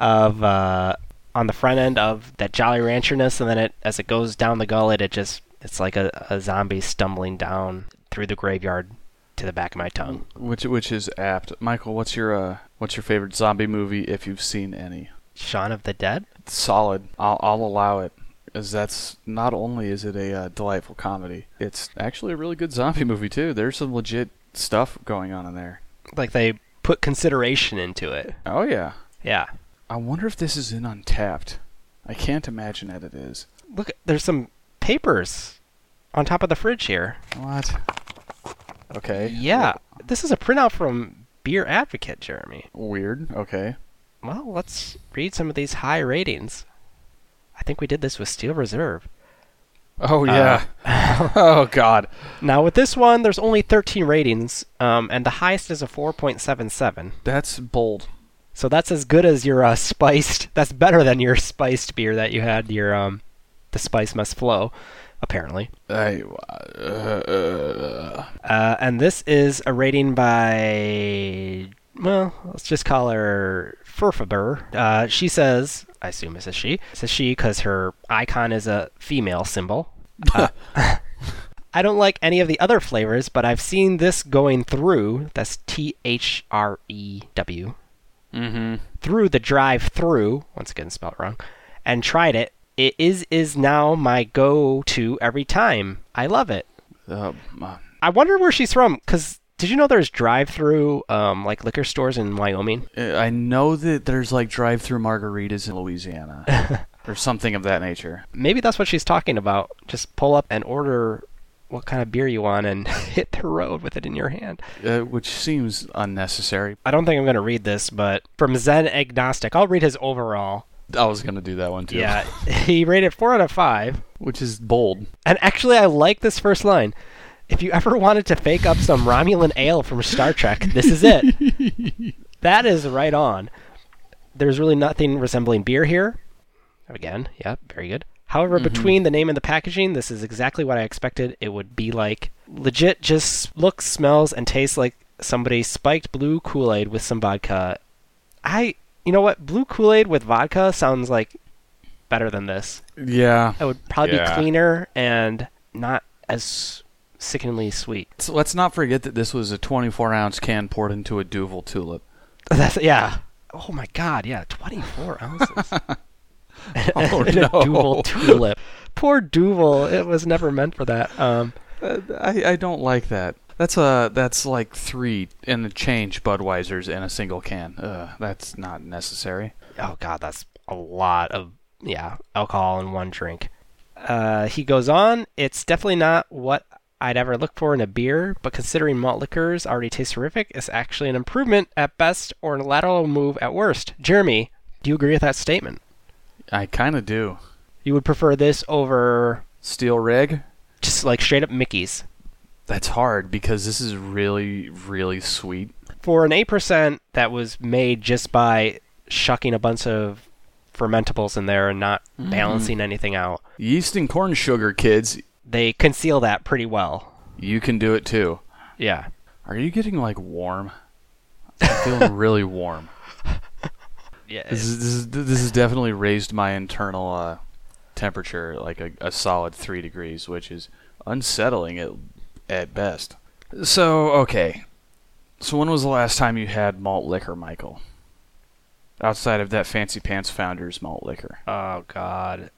[SPEAKER 1] of uh, on the front end of that Jolly Rancherness, and then it as it goes down the gullet, it just it's like a, a zombie stumbling down through the graveyard to the back of my tongue.
[SPEAKER 2] Which which is apt. Michael, what's your uh, what's your favorite zombie movie if you've seen any?
[SPEAKER 1] Shaun of the Dead.
[SPEAKER 2] Solid. I'll I'll allow it. As that's not only is it a uh, delightful comedy, it's actually a really good zombie movie too. There's some legit stuff going on in there.
[SPEAKER 1] Like they put consideration into it.
[SPEAKER 2] Oh yeah.
[SPEAKER 1] Yeah.
[SPEAKER 2] I wonder if this is in Untapped. I can't imagine that it is.
[SPEAKER 1] Look, there's some papers on top of the fridge here.
[SPEAKER 2] What? Okay.
[SPEAKER 1] Yeah. This is a printout from Beer Advocate, Jeremy.
[SPEAKER 2] Weird. Okay.
[SPEAKER 1] Well, let's read some of these high ratings. I think we did this with Steel Reserve.
[SPEAKER 2] Oh yeah. oh god.
[SPEAKER 1] Now with this one, there's only 13 ratings, um, and the highest is a 4.77.
[SPEAKER 2] That's bold.
[SPEAKER 1] So that's as good as your uh, spiced. That's better than your spiced beer that you had. Your um, the spice must flow, apparently.
[SPEAKER 2] I. Uh, uh,
[SPEAKER 1] Uh, and this is a rating by well, let's just call her Furfaber. Uh, she says, I assume it's a she. It's a she because her icon is a female symbol. Uh, I don't like any of the other flavors, but I've seen this going through. That's T H R E W.
[SPEAKER 2] Mm-hmm.
[SPEAKER 1] Through the drive through, once again spelled wrong, and tried it. It is is now my go to every time. I love it.
[SPEAKER 2] Uh, uh,
[SPEAKER 1] I wonder where she's from, because did you know there's drive through um, like liquor stores in Wyoming?
[SPEAKER 2] Uh, I know that there's like drive-through margaritas in Louisiana or something of that nature.
[SPEAKER 1] Maybe that's what she's talking about. Just pull up and order what kind of beer you want and hit the road with it in your hand.
[SPEAKER 2] Uh, which seems unnecessary.
[SPEAKER 1] I don't think I'm going to read this, but from Zen Agnostic, I'll read his overall.
[SPEAKER 2] I was gonna do that one too.
[SPEAKER 1] Yeah, he rated 4 out of 5.
[SPEAKER 2] which is bold.
[SPEAKER 1] And actually, I like this first line. If you ever wanted to fake up some Romulan ale from Star Trek, this is it. that is right on. There's really nothing resembling beer here. Again, yeah, very good. However, between the name and the packaging, this is exactly what I expected it would be like. Legit just looks, smells, and tastes like somebody spiked blue Kool Aid with some vodka. I, you know what? Blue Kool Aid with vodka sounds like better than this.
[SPEAKER 2] Yeah.
[SPEAKER 1] It would probably
[SPEAKER 2] Yeah.
[SPEAKER 1] be cleaner and not as sickeningly sweet.
[SPEAKER 2] So let's not forget that this was a 24 ounce can poured into a Duval tulip.
[SPEAKER 1] That's yeah. Oh my god, yeah, 24 ounces.
[SPEAKER 2] Oh
[SPEAKER 1] And a Duval tulip. Poor Duval, it was never meant for that. Um,
[SPEAKER 2] Uh, I, I don't like that. That's uh that's like three and a change Budweisers in a single can. Uh, that's not necessary.
[SPEAKER 1] oh god, that's a lot of yeah alcohol in one drink. Uh, he goes on. It's definitely not what I'd ever look for in a beer, but considering malt liquors already taste horrific, it's actually an improvement at best or a lateral move at worst. Jeremy, do you agree with that statement?
[SPEAKER 2] I kind of do.
[SPEAKER 1] You would prefer this over
[SPEAKER 2] Steel rig.
[SPEAKER 1] just like straight up Mickey's.
[SPEAKER 2] That's hard because this is really really sweet.
[SPEAKER 1] For an 8% that was made just by shucking a bunch of fermentables in there and not
[SPEAKER 2] Mm-hmm.
[SPEAKER 1] balancing anything out,
[SPEAKER 2] Yeast and corn sugar, kids.
[SPEAKER 1] they conceal that pretty well.
[SPEAKER 2] You can do it too.
[SPEAKER 1] Yeah.
[SPEAKER 2] Are you getting like warm? I'm feeling really warm.
[SPEAKER 1] Yeah.
[SPEAKER 2] This is, this is this has definitely raised my internal uh, temperature like a, a solid three degrees, which is unsettling at at best. So okay, so when was the last time you had malt liquor, Michael? Outside of that fancy pants founders malt liquor.
[SPEAKER 1] Oh, God.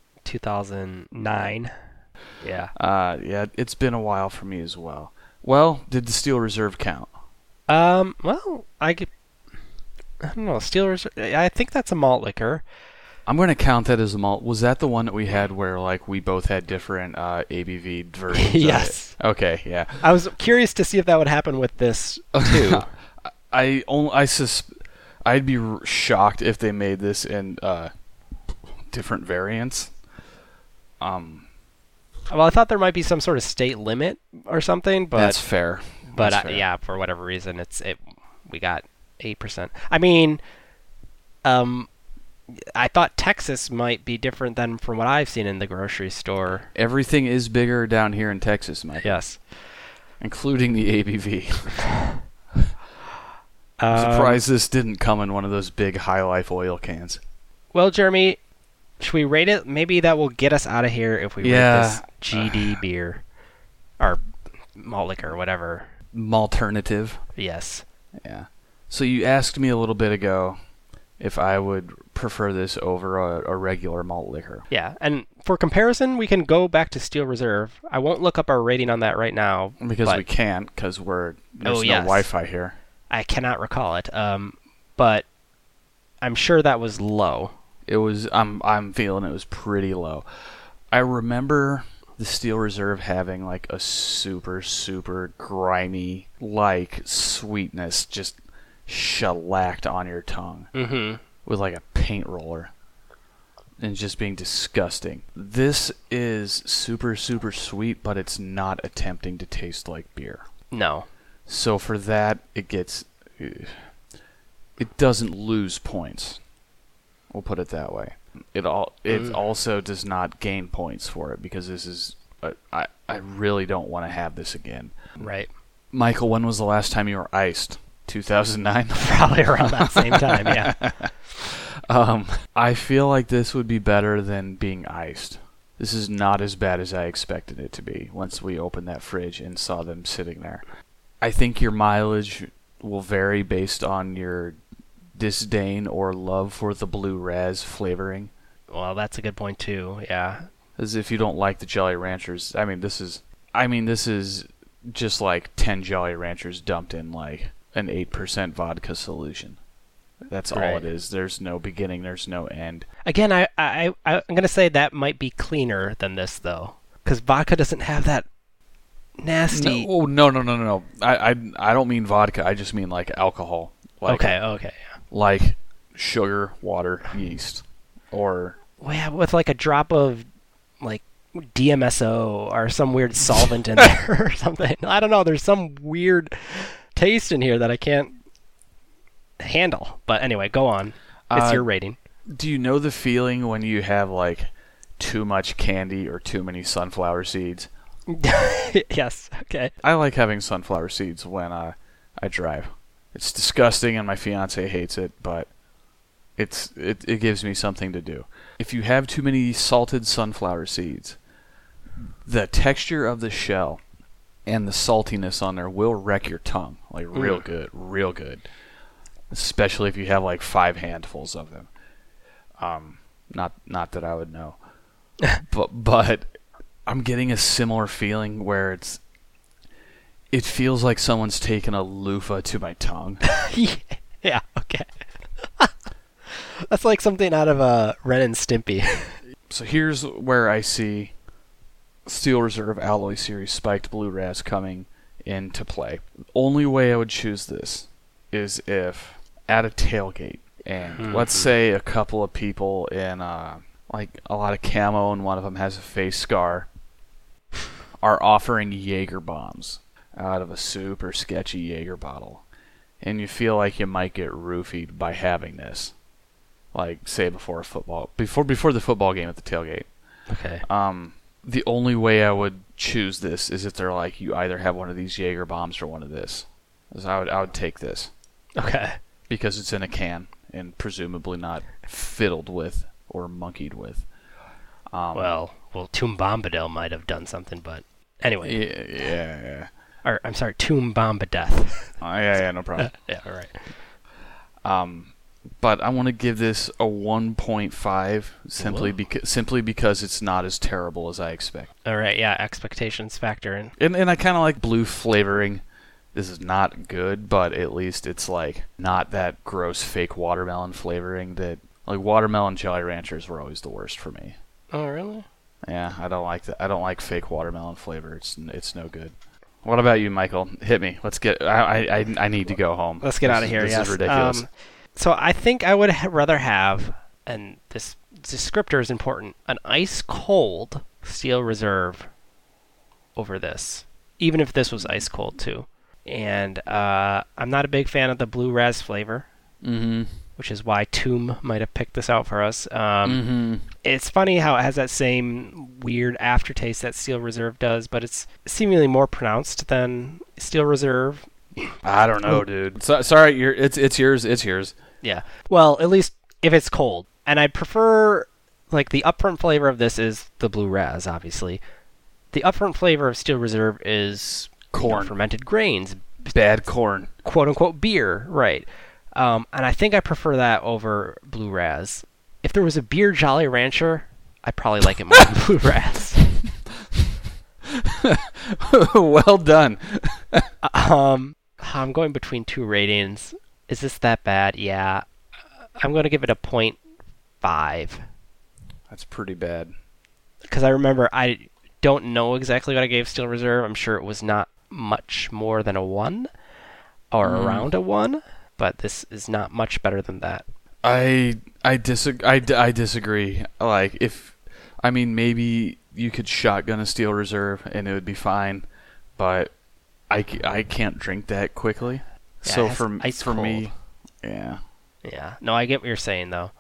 [SPEAKER 1] 2009. Yeah.
[SPEAKER 2] Uh, yeah, it's been a while for me as well. Well, did the steel reserve count?
[SPEAKER 1] Um, well, I could. I don't know. Steel Reserve. I think that's a malt liquor.
[SPEAKER 2] I'm gonna count that as a malt. Was that the one that we had where like we both had different uh, ABV versions? of it?
[SPEAKER 1] Yes.
[SPEAKER 2] Okay. Yeah.
[SPEAKER 1] I was curious to see if that would happen with this too.
[SPEAKER 2] I only I sus- I'd be r- shocked if they made this in uh, different variants. Um,
[SPEAKER 1] well, I thought there might be some sort of state limit or something, but
[SPEAKER 2] that's fair.
[SPEAKER 1] but
[SPEAKER 2] That's
[SPEAKER 1] I,
[SPEAKER 2] fair.
[SPEAKER 1] yeah, for whatever reason, it's it. We got eight percent. I mean, um, I thought Texas might be different than from what I've seen in the grocery store.
[SPEAKER 2] everything is bigger down here in Texas, Mike,
[SPEAKER 1] Yes,
[SPEAKER 2] including the ABV.
[SPEAKER 1] um,
[SPEAKER 2] Surprised this didn't come in one of those big High Life oil cans.
[SPEAKER 1] Well, Jeremy, should we rate it? Maybe that will get us out of here if we
[SPEAKER 2] Yeah.
[SPEAKER 1] rate this GD beer or malt liquor, whatever.
[SPEAKER 2] Malternative.
[SPEAKER 1] Yes.
[SPEAKER 2] Yeah. So you asked me a little bit ago if I would prefer this over a, a regular malt liquor.
[SPEAKER 1] Yeah, and for comparison, we can go back to Steel Reserve. I won't look up our rating on that right now
[SPEAKER 2] Because
[SPEAKER 1] but
[SPEAKER 2] we can't, because we're there's
[SPEAKER 1] Oh,
[SPEAKER 2] no
[SPEAKER 1] yes.
[SPEAKER 2] Wi-Fi here.
[SPEAKER 1] I cannot recall it. Um, but I'm sure that was low.
[SPEAKER 2] It was I'm I'm feeling it was pretty low. I remember the Steel Reserve having like a super super grimy like sweetness just shellacked on your tongue
[SPEAKER 1] Mm-hmm.
[SPEAKER 2] with like a paint roller and just being disgusting. This is super super sweet, but it's not attempting to taste like beer.
[SPEAKER 1] No.
[SPEAKER 2] So for that, it gets it doesn't lose points. We'll put it that way. It all it
[SPEAKER 1] Mm.
[SPEAKER 2] also does not gain points for it because this is I I I really don't want to have this again.
[SPEAKER 1] Right.
[SPEAKER 2] Michael, when was the last time you were iced? 2009.
[SPEAKER 1] Probably around that same time, yeah.
[SPEAKER 2] Um, I feel like this would be better than being iced. This is not as bad as I expected it to be once we opened that fridge and saw them sitting there. I think your mileage will vary based on your disdain or love for the blue raz flavoring.
[SPEAKER 1] Well, that's a good point too. Yeah.
[SPEAKER 2] As if you don't like the Jolly Ranchers. I mean, this is I mean, this is just like 10 Jolly Ranchers dumped in like an 8% vodka solution. That's all
[SPEAKER 1] Right.
[SPEAKER 2] it is. There's no beginning, there's no end.
[SPEAKER 1] Again, I I, I I'm gonna say that might be cleaner than this though, because vodka doesn't have that nasty.
[SPEAKER 2] No, oh, no, no, no, no, no. I, I, I don't mean vodka. I just mean like alcohol. Like,
[SPEAKER 1] okay. Okay.
[SPEAKER 2] Like sugar, water, yeast, or
[SPEAKER 1] Well, yeah, with like a drop of like DMSO or some weird solvent in there or something. I don't know. There's some weird taste in here that I can't handle. But anyway, go on. It's
[SPEAKER 2] Uh,
[SPEAKER 1] your rating.
[SPEAKER 2] Do you know the feeling when you have like too much candy or too many sunflower seeds?
[SPEAKER 1] yes. Okay.
[SPEAKER 2] I like having sunflower seeds when uh, I drive. It's disgusting, and my fiance hates it, but it's it, it gives me something to do. If you have too many salted sunflower seeds, the texture of the shell and the saltiness on there will wreck your tongue, like real
[SPEAKER 1] Mm.
[SPEAKER 2] good, real good. Especially if you have like five handfuls of them. Um, not not that I would know, but but I'm getting a similar feeling where it's it feels like someone's taken a loofah to my tongue.
[SPEAKER 1] yeah. Okay. That's like something out of uh, Ren and Stimpy.
[SPEAKER 2] So here's where I see Steel Reserve Alloy Series Spiked Blue Raz coming into play. Only way I would choose this is if at a tailgate, and let's say a couple of people in uh, like a lot of camo, and one of them has a face scar, are offering Jaeger bombs out of a super sketchy Jaeger bottle, and you feel like you might get roofied by having this. Like say before a football before before the football game at the tailgate.
[SPEAKER 1] Okay.
[SPEAKER 2] Um, the only way I would choose this is if they're like, you either have one of these Jaeger bombs or one of this. So I would, I would take this
[SPEAKER 1] Okay.
[SPEAKER 2] because it's in a can and presumably not fiddled with or monkeyed with. Um,
[SPEAKER 1] Well, well, Tomb Bombadil might have done something, but
[SPEAKER 2] yeah,
[SPEAKER 1] anyway.
[SPEAKER 2] yeah, yeah,
[SPEAKER 1] Or I'm sorry, Tomb Bombadeth.
[SPEAKER 2] Oh, yeah, yeah, no problem.
[SPEAKER 1] yeah. All right.
[SPEAKER 2] Um, but I want to give this a 1.5 simply because simply because it's not as terrible as I expect.
[SPEAKER 1] All right. Yeah. Expectations factor in.
[SPEAKER 2] And and I kind of like blue flavoring. This is not good, but at least it's like not that gross fake watermelon flavoring that like watermelon Jolly Ranchers were always the worst for me.
[SPEAKER 1] Oh, really?
[SPEAKER 2] Yeah, I don't like that. I don't like fake watermelon flavor. It's n- it's no good. What about you, Michael? Hit me. Let's get. I I I- I need to go home.
[SPEAKER 1] Let's get
[SPEAKER 2] This
[SPEAKER 1] out of
[SPEAKER 2] is-
[SPEAKER 1] here.
[SPEAKER 2] This
[SPEAKER 1] yes.
[SPEAKER 2] is ridiculous.
[SPEAKER 1] Um, so I think I would ha- rather have, and this descriptor is important, an ice cold steel reserve over this, even if this was ice cold too. And uh, I'm not a big fan of the blue raz flavor,
[SPEAKER 2] mm-hmm.
[SPEAKER 1] which is why Tomb might have picked this out for us. Um,
[SPEAKER 2] mm-hmm.
[SPEAKER 1] it's funny how it has that same weird aftertaste that Steel Reserve does, but it's seemingly more pronounced than Steel Reserve.
[SPEAKER 2] I don't know, dude. Oh. So, sorry, you're, it's it's yours. It's yours.
[SPEAKER 1] Yeah. Well, at least if it's cold. And I prefer like the upfront flavor of this is the blue raz, obviously. The upfront flavor of Steel Reserve is you know,
[SPEAKER 2] Corn.
[SPEAKER 1] fermented grains,
[SPEAKER 2] Bad corn.
[SPEAKER 1] quote unquote beer, right? Um, and I think I prefer that over blue raz. If there was a beer Jolly Rancher, I probably like it more than blue raz.
[SPEAKER 2] well done.
[SPEAKER 1] Um, I'm going between two ratings. Is this that bad? Yeah, Uh, I'm going to give it a point five
[SPEAKER 2] That's pretty bad.
[SPEAKER 1] because I remember I don't know exactly what I gave Steel Reserve. I'm sure it was not much more than a one or
[SPEAKER 2] Mm.
[SPEAKER 1] around a one, but this is not much better than that.
[SPEAKER 2] I I disagree. I, d- I disagree. Like if I mean maybe you could shotgun a steel reserve and it would be fine, but I, c- I can't drink that quickly.
[SPEAKER 1] Yeah, it
[SPEAKER 2] so
[SPEAKER 1] has
[SPEAKER 2] for m-
[SPEAKER 1] ice
[SPEAKER 2] for me, yeah.
[SPEAKER 1] Yeah, no, I get what you're saying though.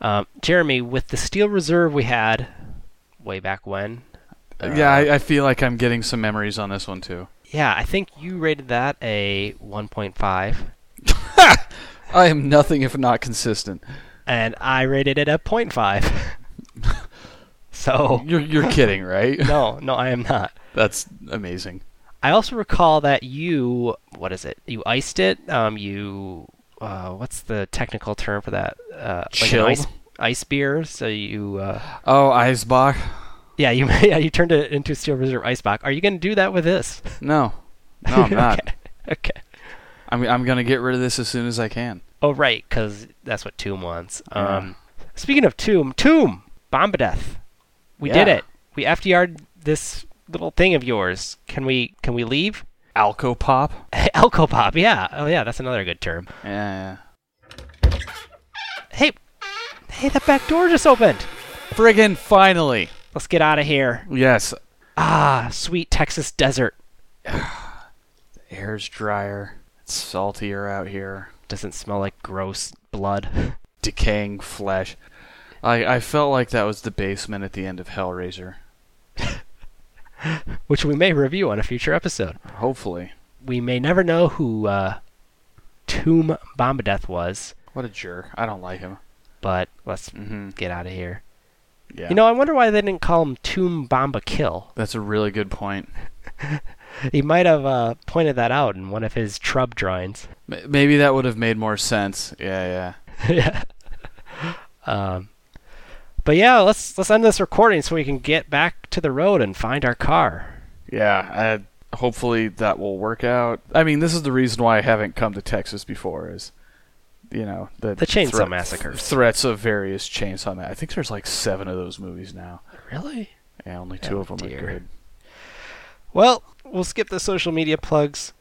[SPEAKER 1] Um, Jeremy, with the Steel Reserve we had way back when,
[SPEAKER 2] Uh, yeah, I, I feel like I'm getting some memories on this one too.
[SPEAKER 1] yeah, I think you rated that a 1.5,
[SPEAKER 2] I am nothing if not consistent.
[SPEAKER 1] and I rated it a 0.5. so,
[SPEAKER 2] You're you're kidding, right?
[SPEAKER 1] no, no, I am not.
[SPEAKER 2] That's amazing.
[SPEAKER 1] I also recall that you, what is it? You iced it. Um, you, uh, what's the technical term for that? Uh, like an
[SPEAKER 2] Chilled?
[SPEAKER 1] ice, ice beer. So you, uh,
[SPEAKER 2] Oh, Eisbach?
[SPEAKER 1] yeah, you, yeah, you turned it into a Steel Reserve Ice Box. Are you going to do that with this?
[SPEAKER 2] No, no, I'm not.
[SPEAKER 1] okay. okay.
[SPEAKER 2] I'm I'm gonna get rid of this as soon as I can.
[SPEAKER 1] Oh, right, because that's what Tomb wants.
[SPEAKER 2] Yeah.
[SPEAKER 1] Um, speaking of Tomb, Tomb, Bombadeth, we did
[SPEAKER 2] Yeah.
[SPEAKER 1] it. We FDR'd this little thing of yours. Can we? Can we leave?
[SPEAKER 2] Alco pop.
[SPEAKER 1] Alcopop, yeah. Oh, yeah, that's another good term.
[SPEAKER 2] Yeah, yeah.
[SPEAKER 1] Hey, hey, that back door just opened.
[SPEAKER 2] Friggin' finally.
[SPEAKER 1] Let's get out of here.
[SPEAKER 2] Yes.
[SPEAKER 1] Ah, sweet Texas desert.
[SPEAKER 2] Air's drier. It's saltier out here.
[SPEAKER 1] Doesn't smell like gross blood.
[SPEAKER 2] Decaying flesh. I I felt like that was the basement at the end of Hellraiser.
[SPEAKER 1] Which we may review on a future episode.
[SPEAKER 2] Hopefully.
[SPEAKER 1] We may never know who uh, Tomb Bombadeth was,
[SPEAKER 2] What a jerk. I don't like him.
[SPEAKER 1] but let's
[SPEAKER 2] Mm-hmm.
[SPEAKER 1] get out of here.
[SPEAKER 2] Yeah.
[SPEAKER 1] You know, I wonder why they didn't call him Tomb Bomba Kill.
[SPEAKER 2] that's a really good point.
[SPEAKER 1] He might have uh, pointed that out in one of his trub drawings.
[SPEAKER 2] M- maybe that would have made more sense. Yeah, yeah.
[SPEAKER 1] yeah. Um, but yeah, let's let's end this recording so we can get back to the road and find our car.
[SPEAKER 2] Yeah, I, hopefully that will work out. I mean, this is the reason why I haven't come to Texas before is, you know, the,
[SPEAKER 1] The chainsaw
[SPEAKER 2] threat-
[SPEAKER 1] massacres.
[SPEAKER 2] threats of various chainsaw. Ma- I think there's like seven of those movies now.
[SPEAKER 1] Really?
[SPEAKER 2] Yeah, only two
[SPEAKER 1] Oh,
[SPEAKER 2] of them
[SPEAKER 1] dear.
[SPEAKER 2] are good.
[SPEAKER 1] Well, we'll skip the social media plugs.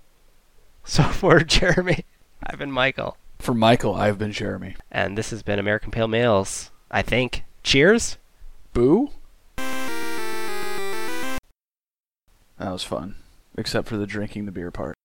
[SPEAKER 1] So for Jeremy, I've been Michael,
[SPEAKER 2] For Michael, I've been Jeremy.
[SPEAKER 1] and this has been American Pale Males. I think. Cheers.
[SPEAKER 2] Boo. That was fun, except for the drinking the beer part.